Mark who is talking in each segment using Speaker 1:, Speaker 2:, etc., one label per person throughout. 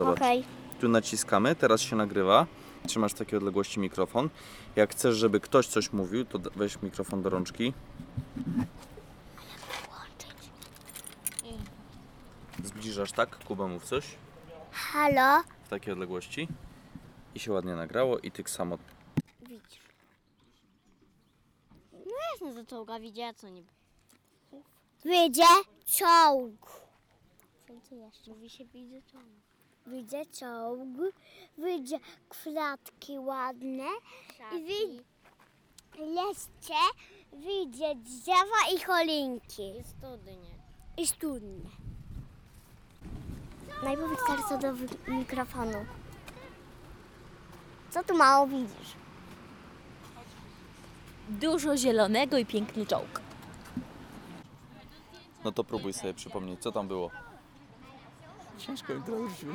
Speaker 1: Zobacz.
Speaker 2: Okej.
Speaker 1: Tu naciskamy, teraz się nagrywa. Trzymasz w takiej odległości mikrofon. Jak chcesz, żeby ktoś coś mówił, to d- weź mikrofon do rączki. Zbliżasz tak, Kuba mów coś
Speaker 2: Halo?
Speaker 1: w takiej odległości. I się ładnie nagrało i tyk samo.
Speaker 2: Widzisz. No jasne, za czołga widzia, co nie. Wyjdzie czołg. Co jeszcze? Mówi się widzę czołg. Widzę czołg, wyjdzie kwiatki ładne i wyjdzie leszcze, wyjdzie drzewa i cholinki.
Speaker 3: I studnie.
Speaker 2: I studnie. Najpierw serce do wi- mikrofonu. Co tu mało widzisz?
Speaker 3: Dużo zielonego i piękny czołg.
Speaker 1: No to próbuj sobie przypomnieć, co tam było. Ciężko mi teraz się...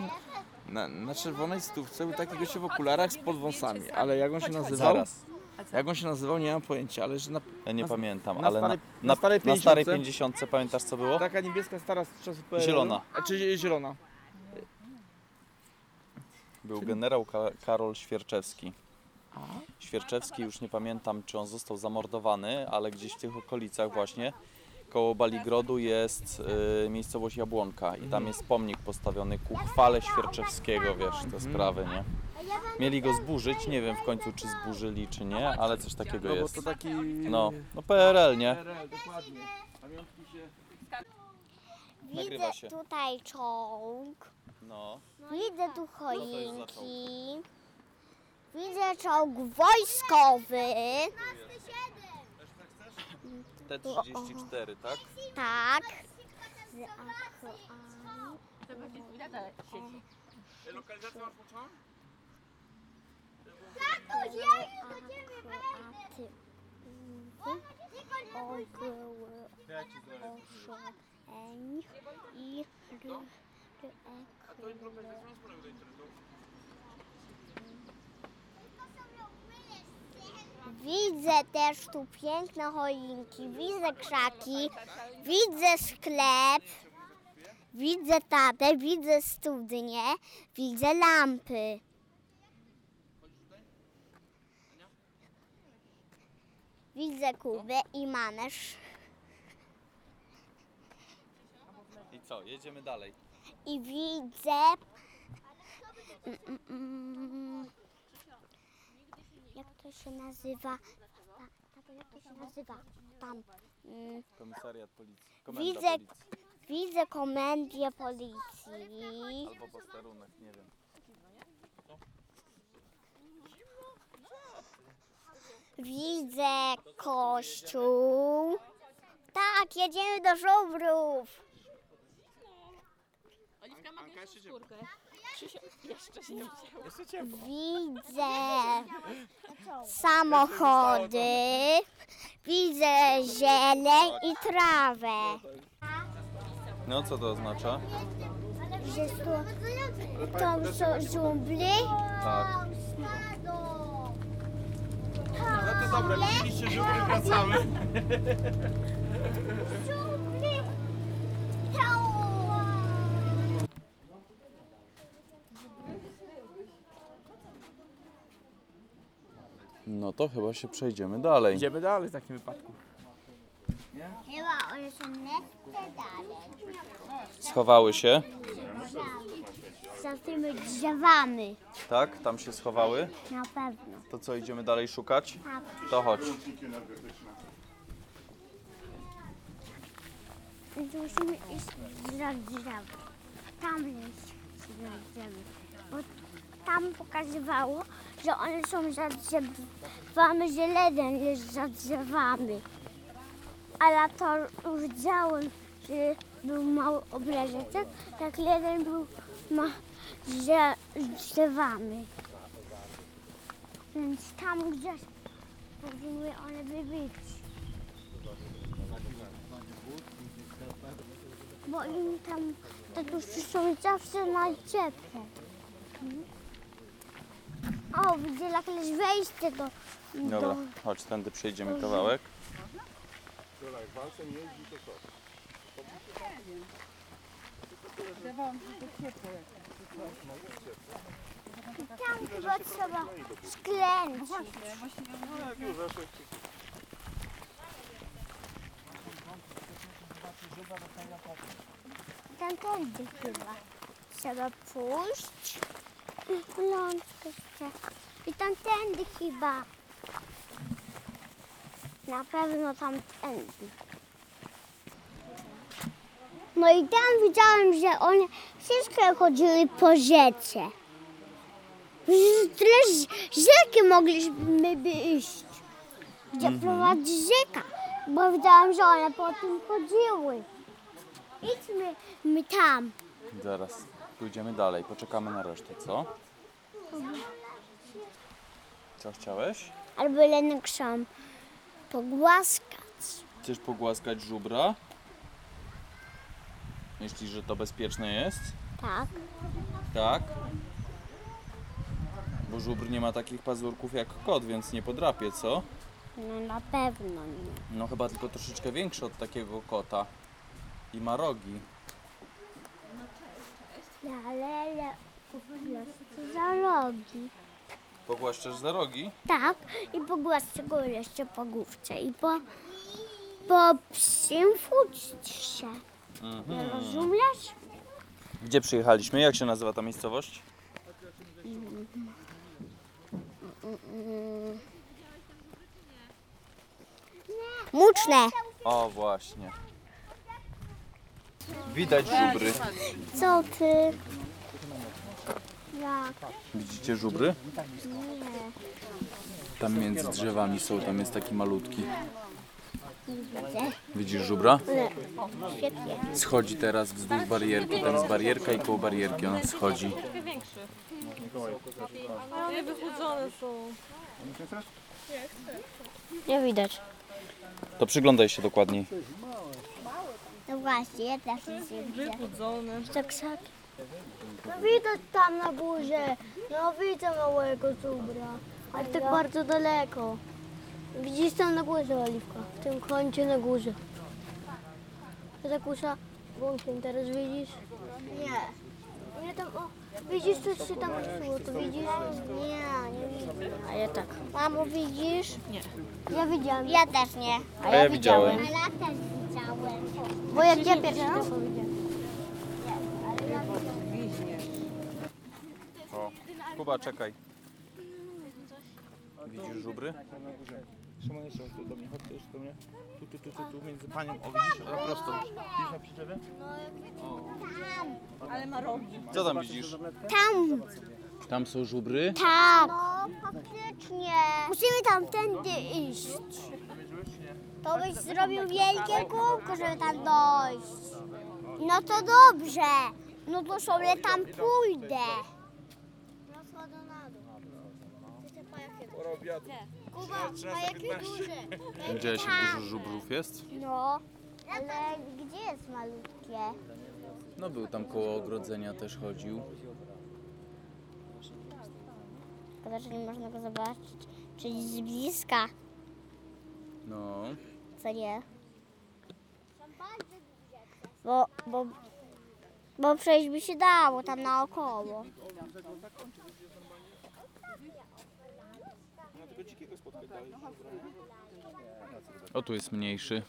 Speaker 4: Na, na czerwonej stówce był taki gościu w okularach z podwąsami, ale jak on się nazywał?
Speaker 1: Zaraz.
Speaker 4: Jak on się nazywał, nie mam pojęcia, ale że na,
Speaker 1: Ja nie pamiętam,
Speaker 4: na
Speaker 1: ale
Speaker 4: starej-
Speaker 1: na,
Speaker 4: na starej
Speaker 1: na starej
Speaker 4: 50-ce?
Speaker 1: 50 pamiętasz co było?
Speaker 4: taka niebieska stara z czasów PRL-u.
Speaker 1: Zielona.
Speaker 4: A czy zielona?
Speaker 1: Był generał Ka- Karol Świerczewski. Świerczewski, już nie pamiętam, czy on został zamordowany, ale gdzieś w tych okolicach właśnie, koło Baligrodu jest y, miejscowość Jabłonka i tam jest pomnik postawiony ku chwale Świerczewskiego, wiesz, te sprawy, nie? Mieli go zburzyć, nie wiem w końcu, czy zburzyli, czy nie, ale coś takiego
Speaker 4: No bo
Speaker 1: jest.
Speaker 4: to taki...
Speaker 1: No, no PRL, nie?
Speaker 4: PRL, dokładnie. Pamiątki się...
Speaker 1: Nagrywa
Speaker 2: Widzę
Speaker 1: się.
Speaker 2: tutaj czołg.
Speaker 1: No.
Speaker 2: Widzę tu
Speaker 1: to jest za
Speaker 2: choinki. Widzę czołg wojskowy.
Speaker 1: T34, tak?
Speaker 2: Tak. Ogołęź i ryek. Widzę też tu piękne choinki, widzę krzaki, widzę sklep, widzę tatę, widzę studnie, widzę lampy. Widzę Kubę i Manesz
Speaker 1: I co, jedziemy dalej.
Speaker 2: i widzę... Mm, mm, mm. Jak to się nazywa? Ta- tato, Jak to się nazywa? Tam. Mm.
Speaker 1: Komisariat policji.
Speaker 2: Komenda
Speaker 1: Komenda
Speaker 2: Widzę-
Speaker 1: policji.
Speaker 2: Widzę komendię policji.
Speaker 1: Albo posterunek, nie wiem.
Speaker 2: Widzę kościół. Tak, jedziemy do żubrów. Widzę samochody. Widzę zieleń i trawę.
Speaker 1: No co to oznacza?
Speaker 2: Że tu, tam są żubry.
Speaker 1: Tak.
Speaker 2: Tak.
Speaker 4: No to dobra, widzieliście, że wracamy.
Speaker 1: No to chyba się przejdziemy dalej.
Speaker 4: Idziemy dalej w takim wypadku.
Speaker 2: Chyba one są jeszcze dalej.
Speaker 1: Schowały się,
Speaker 2: Za tymi drzewami.
Speaker 1: tak? Tam się schowały.
Speaker 2: Na pewno.
Speaker 1: To co, idziemy dalej szukać?
Speaker 2: Tak.
Speaker 1: To chodź.
Speaker 2: Więc musimy iść za drzewo. Tam jest za drzewo. Bo tam pokazywało, że one są za drzewami, że jeden jest za drzewami. Ale to już działałem, że był mały obrazeczek, tak jeden był ma drze, drzewami. Więc tam gdzieś powinny one by być. bo im tam tatusi są zawsze najcieplej. O, widzę jakieś wejście do...
Speaker 1: Dobra,
Speaker 2: do...
Speaker 1: chodź, tędy przejdziemy kawałek.
Speaker 2: Tam chyba trzeba sklęcić. Tam tędy chyba. Trzeba pójść. Lądkę chcę. I tamtędy chyba. Na pewno tamtędy. No i tam widziałem, że one wszystkie chodziły po rzece. Że Tyle ż- rzeki mogliśmy by iść, gdzie prowadzi rzeka, bo widziałam, że one po tym chodziły. Idźmy my tam.
Speaker 1: Zaraz pójdziemy dalej, poczekamy na resztę, co? Co chciałeś?
Speaker 2: Albo Lenę krzą pogłaskać.
Speaker 1: Chcesz pogłaskać żubra? Myślisz, że to bezpieczne jest?
Speaker 2: Tak.
Speaker 1: Tak. Bo żubr nie ma takich pazurków jak kot, więc nie podrapie, co?
Speaker 2: No na pewno nie.
Speaker 1: No chyba tylko troszeczkę większy od takiego kota. I ma rogi.
Speaker 2: No ale le, to za rogi.
Speaker 1: Pogłaszczesz za rogi?
Speaker 2: Tak. I pogłaskać go jeszcze po główce i po, po psim futrze. Nie rozumiesz?
Speaker 1: Gdzie przyjechaliśmy? Jak się nazywa ta miejscowość?
Speaker 2: Muczne.
Speaker 1: O, właśnie. Widać żubry.
Speaker 2: Co ty? Jak?
Speaker 1: Widzicie żubry?
Speaker 2: Nie.
Speaker 1: Tam między drzewami są, tam jest taki malutki. Widzisz żubra?
Speaker 2: Świetnie.
Speaker 1: Schodzi teraz wzdłuż barierki, tam jest barierka i koło barierki on schodzi.
Speaker 3: Nie widać.
Speaker 1: To przyglądaj się dokładniej.
Speaker 2: No właśnie, ja też nic nie widzę. To krzaki. No widać tam na górze. No widzę małego zubra. Ale tak bardzo daleko. Widzisz tam na górze oliwka. W tym kącie na górze. To tak usza gąkiem teraz widzisz? Nie. Nie tam, o, widzisz coś się tam ruszyło, to widzisz? Nie, nie widzę.
Speaker 3: A ja tak.
Speaker 2: Mamo, widzisz? Nie. Ja widziałam. Ja też nie.
Speaker 1: A ja widziałem.
Speaker 2: Ale ja też widziałem. Bo jak ja pierwszy to powiedziałem.
Speaker 1: O. Kuba, czekaj. Widzisz żubry?
Speaker 5: tak, Szymon, jeszcze tu do mnie, chodź jeszcze do mnie. Tu, tu, tu, tu, tu, między panią. O, widzisz, na prosto. Widzisz na przyczepie?
Speaker 1: Co tam widzisz?
Speaker 2: Tam,
Speaker 1: Tam są żubry?
Speaker 2: tak. No, faktycznie. Musimy tamtędy iść. To byś zrobił wielkie kółko, żeby tam dojść. No to dobrze. No to sobie tam pójdę. No, Kuba, a jakie duże?
Speaker 1: Widziałeś jak dużo żubrów jest?
Speaker 2: No, ale gdzie jest malutkie?
Speaker 1: No był tam koło ogrodzenia też chodził.
Speaker 2: Szkoda, że nie można go zobaczyć. Czyli z bliska,
Speaker 1: No.
Speaker 2: co nie? Bo, bo, bo przejść by się dało tam naokoło.
Speaker 1: O tu jest mniejszy.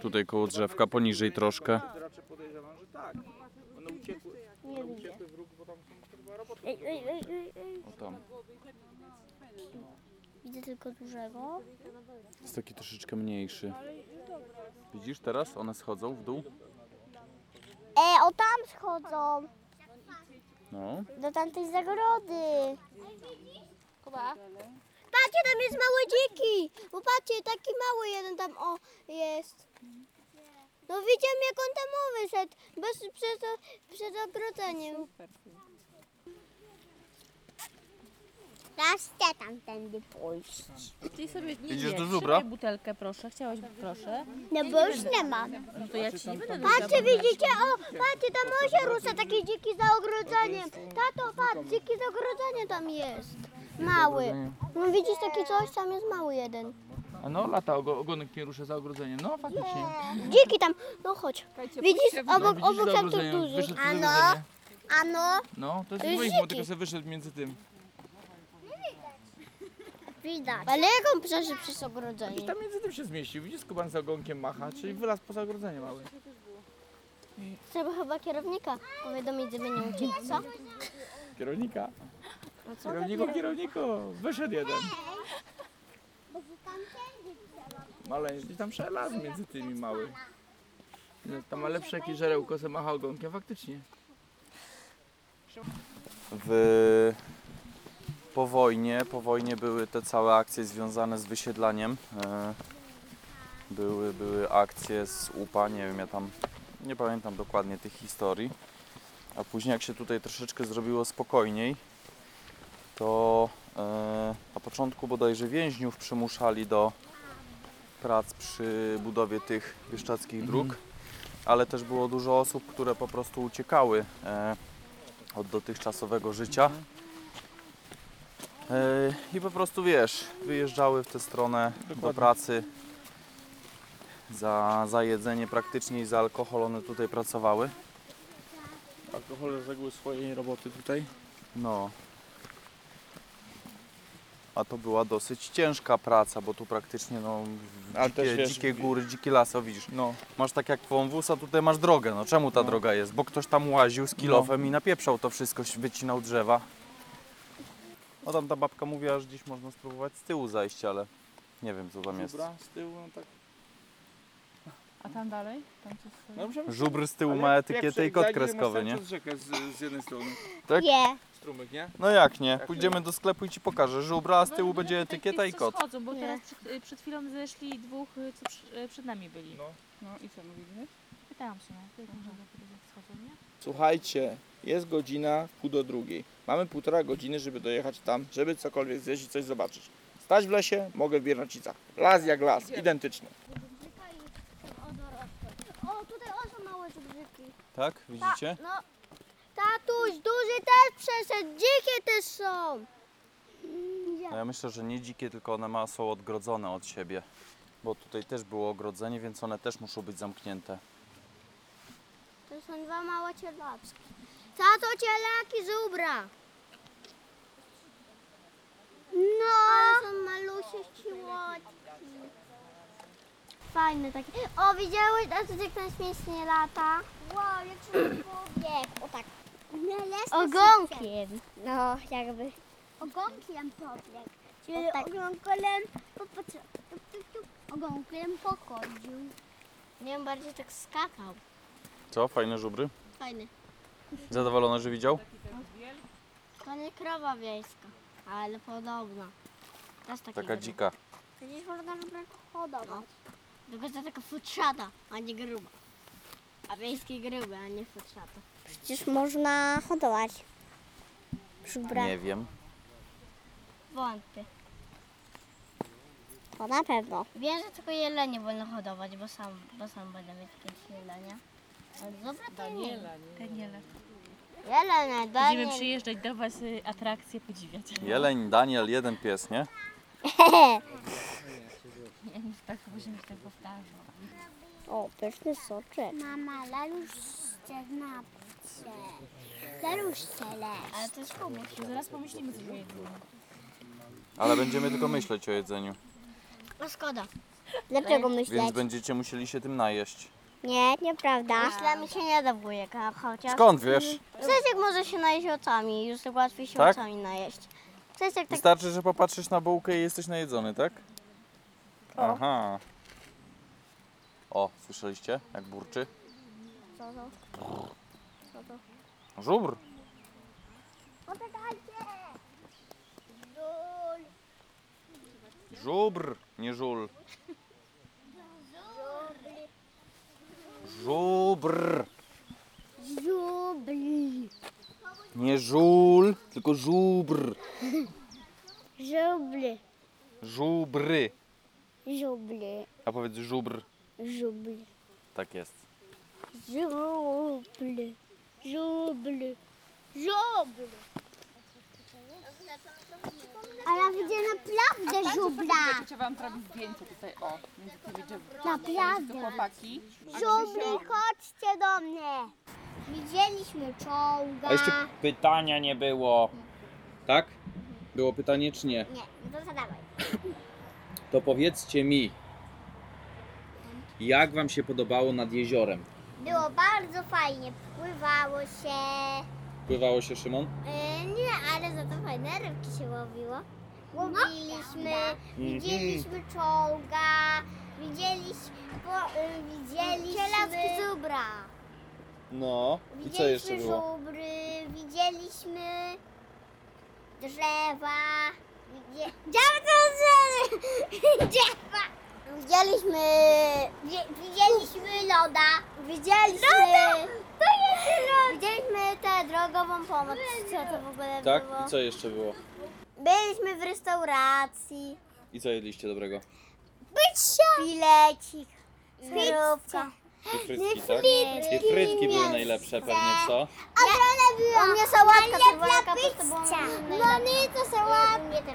Speaker 1: Tutaj koło drzewka, poniżej troszkę.
Speaker 5: Raczej podejrzewam, że tak. One uciekły,
Speaker 2: Nie widzę.
Speaker 5: uciekły w róg, bo tam są chyba roboty.
Speaker 2: Ej, ej, ej, ej, ej.
Speaker 1: O tam.
Speaker 2: Widzę tylko dużego.
Speaker 1: Jest taki troszeczkę mniejszy. Widzisz teraz? One schodzą w dół.
Speaker 2: E, o tam schodzą,
Speaker 1: No.
Speaker 2: do tamtej zagrody.
Speaker 3: Kuba?
Speaker 2: Patrzcie, tam jest małe dziki. Bo patrzcie, taki mały jeden tam o jest. No widziałem, jak on tam o wyszedł, bez, przed, przed ogrodzeniem. Teraz chcę tamtędy pójść.
Speaker 6: Ty sobie nie
Speaker 1: Idziesz do
Speaker 6: wiesz.
Speaker 1: żubra?
Speaker 6: Szybkie butelkę proszę, chciałaś proszę.
Speaker 2: No bo już nie ma.
Speaker 6: No to ja ci nie będę
Speaker 2: Patrzcie, widzicie, o, patrzcie, tam osie rusa, takie dziki za ogrodzeniem. Tato, patrz, dziki za ogrodzeniem tam jest. Mały. No widzisz, taki coś, tam jest mały jeden.
Speaker 5: A no, lata ogo- ogonek nie rusza za ogrodzeniem. No, faktycznie.
Speaker 2: Dziki tam, no chodź. Widzisz, obok,
Speaker 5: widzisz
Speaker 2: obok tam to
Speaker 5: zagrożenie,
Speaker 2: duży.
Speaker 5: wyszedł z
Speaker 2: Ano,
Speaker 5: zagrożenia.
Speaker 2: Ano,
Speaker 4: No, to
Speaker 1: Y,
Speaker 4: jest
Speaker 2: Ej,
Speaker 4: egoizm,
Speaker 2: Ziki.
Speaker 4: tylko sobie wyszedł między tym.
Speaker 2: widać.
Speaker 3: Ale jak on przeżył przez
Speaker 4: I
Speaker 3: ogrodzenie?
Speaker 4: tam między tym się zmieścił. Widzisz, Kuban za ogonkiem macha, czyli wylazł poza ogrodzenie mały.
Speaker 3: Trzeba chyba kierownika powiadomić, żeby nie uciekł, co?
Speaker 4: Kierownika.
Speaker 3: No co?
Speaker 4: Kierowniku, kierowniku, wyszedł jeden. Maleńki tam przelazł między tymi mały. No, Tam ma lepsze jakieś żarełko, se macha ogonkiem, faktycznie.
Speaker 1: w, po wojnie, po wojnie były te całe akcje związane z wysiedlaniem. E, Były, były akcje z UPA, nie wiem, ja tam nie pamiętam dokładnie tych historii. A później jak się tutaj troszeczkę zrobiło spokojniej, to e, na początku bodajże więźniów przymuszali do prac przy budowie tych bieszczadzkich dróg, ale też było dużo osób, które po prostu uciekały. E, od dotychczasowego życia. E, I po prostu wiesz, wyjeżdżały w tę stronę do pracy za, za jedzenie praktycznie i za alkohol one tutaj pracowały.
Speaker 5: Alkohole z reguły swojej roboty tutaj.
Speaker 1: No. A to była dosyć ciężka praca, bo tu praktycznie no,
Speaker 4: Ale
Speaker 1: dzikie,
Speaker 4: też wiesz-
Speaker 1: dzikie góry, dzikie lasy, o, widzisz.
Speaker 4: No.
Speaker 1: Masz tak jak wąwóz, a tutaj masz drogę. No czemu ta
Speaker 4: No.
Speaker 1: droga jest? Bo ktoś tam łaził z kilofem i napieprzał to wszystko, wycinał drzewa. No tam ta babka mówiła, że gdzieś można spróbować z tyłu zajść, ale nie wiem co tam jest.
Speaker 5: Dobra, z tyłu, no tak.
Speaker 6: A tam dalej? Tam coś...
Speaker 5: No, musiałem-
Speaker 1: Żubr z tyłu
Speaker 5: Ale
Speaker 1: ma
Speaker 5: jak
Speaker 1: etykietę i
Speaker 5: przejdzie,
Speaker 1: kod
Speaker 5: jak idziemy
Speaker 1: kreskowy,
Speaker 5: na
Speaker 1: nie?
Speaker 5: Sanchez rzekę z, z jednej strony.
Speaker 1: Tak?
Speaker 2: Nie.
Speaker 5: Strumyk, nie?
Speaker 1: No jak nie?
Speaker 5: nie?
Speaker 1: Pójdziemy do sklepu i ci pokażę. Żubra, a z tyłu będzie etykieta i kod.
Speaker 6: Chodzą, bo
Speaker 2: Nie.
Speaker 6: teraz przed, y, przed chwilą zeszli dwóch, y, co przy, y, przed nami byli.
Speaker 5: No.
Speaker 6: No i co mówili? Pytałam się, no. jak może do schodzą, nie?
Speaker 5: Słuchajcie, jest godzina pół do drugiej. Mamy półtora godziny, żeby dojechać tam, żeby cokolwiek zjeść i coś zobaczyć. Stać w lesie, mogę w Biernacicach. Las jak las, identyczny.
Speaker 2: O, tutaj oso małe żubrzyki.
Speaker 1: Tak? Widzicie?
Speaker 2: No, tatuś, duży też przeszedł, dzikie też są. Mm,
Speaker 1: No ja myślę, że nie dzikie, tylko one ma, są odgrodzone od siebie. Bo tutaj też było ogrodzenie, więc one też muszą być zamknięte.
Speaker 2: To są dwa małe cielaczki. Tato cielaki z ubra. No. Ale są malusie ciłotki. Fajne takie. O, widziałeś, a tutaj ktoś śmiesznie lata? Wow, jak się pobiegł. O tak.
Speaker 3: Ogonkiem.
Speaker 2: No, jakby. Ogonkiem pobiegł. Czyli tak. ogonkiem, popatrz, tup, tup, tup, ogonkiem pochodził.
Speaker 3: Nie wiem, bardziej tak skakał.
Speaker 1: Co? Fajne żubry?
Speaker 3: Fajny.
Speaker 1: Zadowolony, że widział?
Speaker 3: To nie krowa wiejska, ale podobna. Teraz taki
Speaker 1: Taka
Speaker 3: wygląda.
Speaker 1: dzika.
Speaker 2: Przecież można wybrać hodowa.
Speaker 3: Tylko to taka futrzata, a nie gruba. A wiejskie grube, a nie futrzata.
Speaker 2: Przecież można hodować. Żubra.
Speaker 1: Nie wiem.
Speaker 3: Wątpię.
Speaker 2: To na pewno.
Speaker 3: Wiem, że tylko jelenie wolno hodować, bo sam, bo sam będę mieć kiedyś jelenia. Ale dobra to nie.
Speaker 6: Daniela.
Speaker 3: Jelenie,
Speaker 6: Będziemy
Speaker 3: danie.
Speaker 6: przyjeżdżać do Was, y, atrakcje podziwiać.
Speaker 1: Jeleń, Daniel, jeden pies, nie?
Speaker 6: Nie, nie, tak, bo się mi tak powtarza.
Speaker 3: O, pyszny soczek.
Speaker 2: Mama, laluszcie na psie. Laluszcie leś.
Speaker 6: Ale to jest pomysł. Zaraz pomyślimy, co jedzimy.
Speaker 1: Ale będziemy tylko myśleć o jedzeniu,
Speaker 3: No szkoda.
Speaker 2: Dlaczego myśleć?
Speaker 1: więc będziecie musieli się tym najeść.
Speaker 2: Nie, nieprawda.
Speaker 3: Myślę, mi się nie da wujek, a chociaż...
Speaker 1: Skąd wiesz?
Speaker 3: Cesiek może się najeść ocami, już tak łatwiej się
Speaker 1: Tak?
Speaker 3: ocami najeść. Cesiek tak...
Speaker 1: Wystarczy, że popatrzysz na bułkę i jesteś najedzony, tak? Aha. O, słyszeliście, jak burczy?
Speaker 2: Co to? Co to?
Speaker 1: Żubr!
Speaker 2: Poczekajcie! Żul,
Speaker 1: Żubr, nie żul.
Speaker 2: żubli.
Speaker 1: Żubr,
Speaker 2: Żubli.
Speaker 1: nie żul, tylko żubr.
Speaker 2: Żubli.
Speaker 1: Żubry.
Speaker 2: Żubli.
Speaker 1: A powiedz żubr.
Speaker 2: Żubli.
Speaker 1: Tak jest.
Speaker 2: Żubli. Żubli. Żubli. Ale widzę naprawdę żubla.
Speaker 7: Trzeba wam zrobić zdjęcie tutaj, o. Będziecie wiedzieć, że
Speaker 2: Naprawdę.
Speaker 7: chłopaki.
Speaker 2: Żubli, chodźcie do mnie. Widzieliśmy czołga.
Speaker 1: A jeszcze pytania nie było. Tak? Było pytanie czy nie?
Speaker 2: Nie, to zadawaj.
Speaker 1: To powiedzcie mi, jak Wam się podobało nad jeziorem?
Speaker 2: Było bardzo fajnie, pływało się.
Speaker 1: Pływało się, Szymon?
Speaker 2: E, nie, ale za to fajne rybki się łowiło. No, Łowiliśmy, widzieliśmy
Speaker 1: Mhm.
Speaker 2: czołga, widzieliśmy, bo, y, widzieliśmy... Cielacki zubra.
Speaker 1: No. I co jeszcze
Speaker 2: Widzieliśmy
Speaker 1: było?
Speaker 2: żubry, widzieliśmy drzewa. Widzie... Działko drzewa! Widzieliśmy... wi- Widzieliśmy loda. Widzieliśmy... Loda! To jest loda! Widzieliśmy tę drogową pomoc, co to w ogóle
Speaker 1: Tak?
Speaker 2: było.
Speaker 1: I co jeszcze było?
Speaker 2: Byliśmy w restauracji.
Speaker 1: I co jedliście dobrego?
Speaker 2: Bycia! Filecik. Zdrówka.
Speaker 1: I frytki, tak? I frytki były najlepsze pewnie, co?
Speaker 2: Ogromna była. U mnie sałatka to była kapustka. No nie, to sałatka.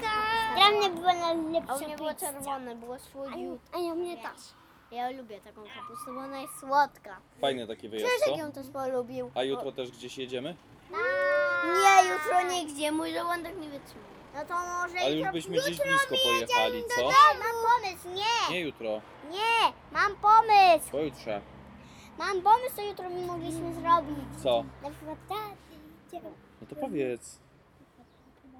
Speaker 2: Dla mnie była najlepsza
Speaker 3: A u mnie było czerwone, było słodziutkie.
Speaker 2: A ja mnie też.
Speaker 3: Ja lubię taką kapustę, bo ona jest słodka.
Speaker 1: Fajny taki wyjazd, co?
Speaker 3: też polubił.
Speaker 1: A jutro też gdzieś jedziemy?
Speaker 2: No
Speaker 3: Nie, jutro nigdzie, mój żołądek nie wytrzyma.
Speaker 2: No to może
Speaker 1: Ale już
Speaker 2: jutro-
Speaker 1: byśmy gdzieś
Speaker 2: jutro
Speaker 1: blisko
Speaker 2: mi jedziemy
Speaker 1: pojechali,
Speaker 2: do
Speaker 1: co?
Speaker 2: domu. Mam pomysł, nie,
Speaker 1: Nie jutro,
Speaker 2: nie, mam pomysł.
Speaker 1: pojutrze.
Speaker 2: Mam pomysł, co jutro mi mogliśmy zrobić.
Speaker 1: Co?
Speaker 2: Na przykład tak, idziemy
Speaker 1: No to powiedz.
Speaker 2: do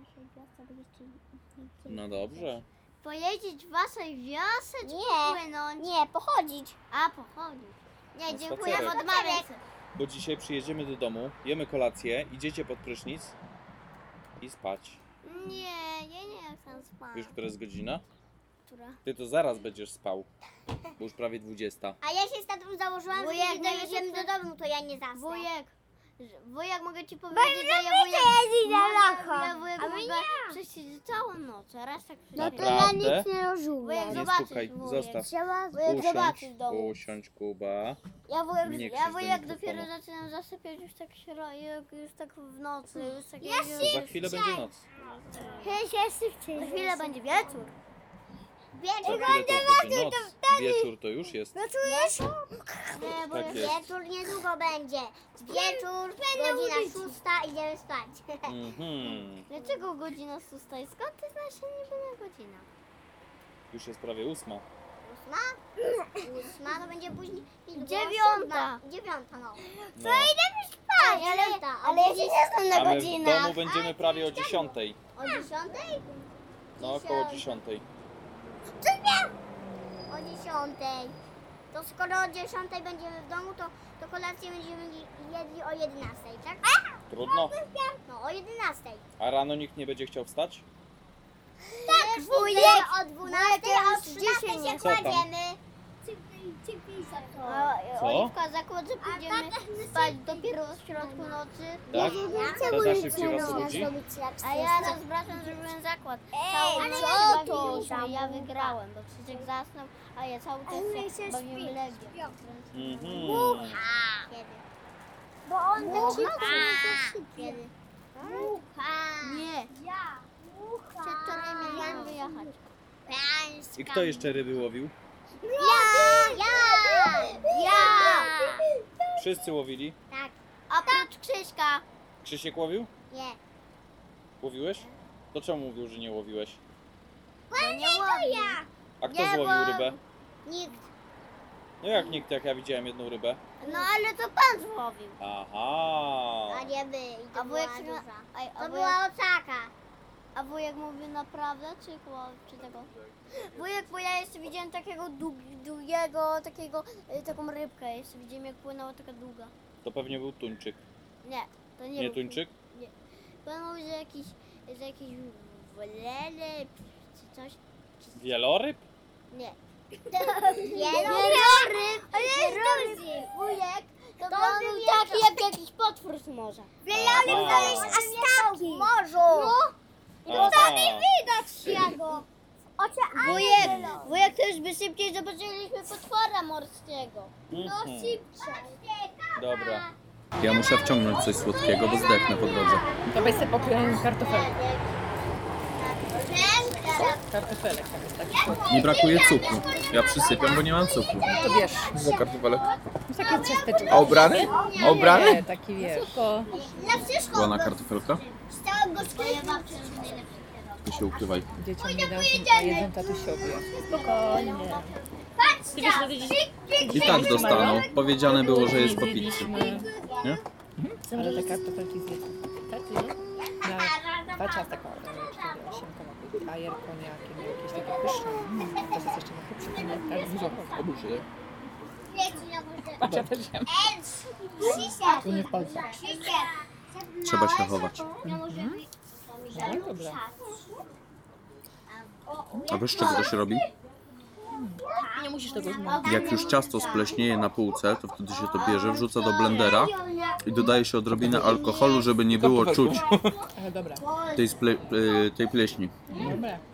Speaker 2: naszej wiosce, bo jeszcze nie-
Speaker 1: No dobrze.
Speaker 3: Pojeździć w waszej wiosce czy
Speaker 2: Nie.
Speaker 3: płynąć?
Speaker 2: Nie, pochodzić.
Speaker 3: A, pochodzić.
Speaker 1: Na
Speaker 3: Nie, dziękuję,
Speaker 1: spacerek.
Speaker 3: odmawiam
Speaker 2: Spacerek.
Speaker 3: sobie.
Speaker 1: Bo dzisiaj przyjedziemy do domu, jemy kolację, idziecie pod prysznic i spać.
Speaker 3: Nie, ja nie chcę spać.
Speaker 1: Wiesz, która jest godzina?
Speaker 3: Która?
Speaker 1: Ty to zaraz będziesz spał, bo już prawie 20.
Speaker 2: A ja się z tatą założyłam,
Speaker 3: Wujek, no
Speaker 2: że
Speaker 3: daję
Speaker 2: kiedy dojedziemy do
Speaker 3: się-
Speaker 2: domu, to ja nie zasnę.
Speaker 3: Wujek, że- wujek mogę ci powiedzieć, że ja wujek...
Speaker 2: jeździ
Speaker 3: Może ja wujek
Speaker 2: A my
Speaker 3: mogę przesiedzieć całą noc, a raz tak przesiedzieć.
Speaker 1: Naprawdę?
Speaker 2: nie
Speaker 3: Wujek,
Speaker 1: Nie
Speaker 3: zobaczysz,
Speaker 1: stukaj,
Speaker 3: wujek.
Speaker 1: zostaw.
Speaker 2: Trzeba
Speaker 1: Usiądź, usiądź Kuba.
Speaker 3: Ja
Speaker 1: Nie
Speaker 3: wujek,
Speaker 1: krzycz
Speaker 3: ja
Speaker 1: do
Speaker 3: wujek
Speaker 1: mikrofonu.
Speaker 3: dopiero zaczynam zasypiać już tak środek, już tak w nocy, już tak...
Speaker 2: Ja
Speaker 3: już-
Speaker 1: Za chwilę będzie noc.
Speaker 2: Ja się szybciej.
Speaker 3: Za chwilę będzie wieczór.
Speaker 1: Za
Speaker 2: Wieczór.
Speaker 1: chwilę to będzie noc. Wieczór to już jest.
Speaker 2: No czujesz? Nie, bo
Speaker 1: Tak jest.
Speaker 2: wieczór niedługo będzie. Wieczór, godzina szósta, idziemy spać.
Speaker 1: Mhm.
Speaker 3: Dlaczego godzina szósta i skąd ty znasz się niby na godzina?
Speaker 1: Już jest prawie ósma.
Speaker 2: Ósma? Ósma, to będzie później.
Speaker 3: Dziewiąta.
Speaker 2: Dziewiąta, no.
Speaker 1: No.
Speaker 2: Tak, ale, ale ja się nie znam
Speaker 1: A my w domu będziemy prawie o dziesiątej.
Speaker 2: O dziesiątej?
Speaker 1: No około dziesiątej.
Speaker 2: O dziesiątej. To skoro o dziesiątej będziemy w domu, to, to kolację będziemy jedli o jedenastej, tak?
Speaker 1: Trudno.
Speaker 2: No, o jedenastej.
Speaker 1: A rano nikt nie będzie chciał wstać?
Speaker 2: Tak,
Speaker 3: wujek,
Speaker 2: O dwunastej,
Speaker 3: wujek,
Speaker 2: o
Speaker 3: już
Speaker 2: trzynastej
Speaker 3: dzisiaj
Speaker 2: się
Speaker 3: nie.
Speaker 1: Co tam?
Speaker 2: kładziemy.
Speaker 3: A,
Speaker 1: Co?
Speaker 3: Oliwka zakład, że
Speaker 2: A
Speaker 3: pójdziemy
Speaker 2: tata chce
Speaker 3: spać dopiero w środku nocy.
Speaker 1: Tak? Tata
Speaker 2: uliczną
Speaker 1: szybciej was
Speaker 2: można
Speaker 1: obudzi?
Speaker 2: zrobić lepsze.
Speaker 3: A ja z bratem zrobiłem zakład. Całą
Speaker 2: ale ja
Speaker 3: noc się
Speaker 2: nie
Speaker 3: bawiliśmy,
Speaker 2: tam.
Speaker 3: ja wygrałem, bo Krzysiek zasnął, a ja cały czas
Speaker 2: my
Speaker 3: się
Speaker 2: się
Speaker 3: bawiłem
Speaker 2: śpi-
Speaker 3: legiem.
Speaker 1: Mhm.
Speaker 2: Bo on tak szybko
Speaker 3: Kiedy?
Speaker 2: Mucha.
Speaker 3: Nie,
Speaker 2: Ja.
Speaker 3: przedwczoraj mieliśmy wyjechać.
Speaker 1: I kto jeszcze ryby łowił?
Speaker 2: Ja. Ja.
Speaker 3: Tak.
Speaker 2: Ja.
Speaker 1: Wszyscy łowili.
Speaker 3: Oprócz Krzyśka.
Speaker 1: Krzysiek łowił?
Speaker 2: Nie.
Speaker 1: Łowiłeś? To czemu mówił, że nie łowiłeś?
Speaker 2: Ładnie to ja.
Speaker 1: A kto
Speaker 3: Nie, bo-
Speaker 1: złowił rybę?
Speaker 2: Nikt.
Speaker 1: No jak nikt, jak ja widziałem jedną rybę.
Speaker 3: No ale to pan złowił.
Speaker 1: Aha.
Speaker 2: A nie by.
Speaker 3: A
Speaker 2: To
Speaker 3: wujek,
Speaker 2: była
Speaker 3: sobie-
Speaker 2: duża.
Speaker 3: Ej, a
Speaker 2: To
Speaker 3: wujek,
Speaker 2: była oczaka.
Speaker 3: a wujek mówił naprawdę, czy, kłam- czy tego? Wujek, bo ja jeszcze widziałem takiego dług- długiego, takiego, y, taką rybkę. Jeszcze widziałem, jak płynęła taka długa.
Speaker 1: To pewnie był tuńczyk.
Speaker 3: Nie, to nie
Speaker 1: Nie
Speaker 3: był
Speaker 1: tuńczyk?
Speaker 3: Pan mówi, że jakiś, że jakiś wlele, czy coś.
Speaker 1: Wieloryb?
Speaker 3: Nie.
Speaker 2: Wieloryb. Wieloryb.
Speaker 3: Wujek, to,
Speaker 2: To
Speaker 3: pan
Speaker 2: by
Speaker 3: był
Speaker 2: wiedział.
Speaker 3: taki jak jakiś potwór z morza.
Speaker 1: Wow.
Speaker 2: Wieloryb to jest astaki. Morzu. Ну,
Speaker 1: Aha.
Speaker 2: Widać jego. Oczaka.
Speaker 3: Wujek, wujek to już by szybciej zobaczyliśmy potwora morskiego.
Speaker 1: Mhm.
Speaker 2: Szybciej.
Speaker 1: Dobra. Ja muszę wciągnąć coś słodkiego, bo zdechnę po drodze.
Speaker 7: To weź sobie pokrywam kartofelki.
Speaker 2: Ręka.
Speaker 7: kartofelek. Taki
Speaker 1: Mi brakuje cukru. Ja przysypiam, bo nie mam cukru.
Speaker 7: to wiesz,
Speaker 5: Za kartofelek.
Speaker 7: takie ciasteczko.
Speaker 5: A obrany? A obrany?
Speaker 7: Nie, taki wiesz.
Speaker 1: Była na kartofelka?
Speaker 3: Całego sklepu.
Speaker 1: Ty się ukrywaj.
Speaker 7: Dzieciom nie dał się, a jeden tatusiowi. Spokojnie.
Speaker 1: I tak dostaną. Powiedziane było, że jest po pizzy.
Speaker 7: Zjedliśmy.
Speaker 1: Nie?
Speaker 7: Ale te kartofelki zjedliśmy. Tak, nie? Na dwa ciasta koło, tam miałem cztery, osiem kawałków. Bajer, koniak, jakieś takie pyszne. Teraz jest jeszcze na chłopczy, tak dużo. Patrz, ja też jem. Tu nie wpadł.
Speaker 1: Trzeba się chować.
Speaker 7: No dobra.
Speaker 1: A wiesz, z czego to się robi?
Speaker 7: Nie musisz tego zmyć.
Speaker 1: Jak już ciasto spleśnieje na półce, to wtedy się to bierze, wrzuca do blendera i dodaje się odrobinę alkoholu, żeby nie było czuć
Speaker 7: Ale dobra,
Speaker 1: tej, sple, y, tej pleśni.
Speaker 7: dobra.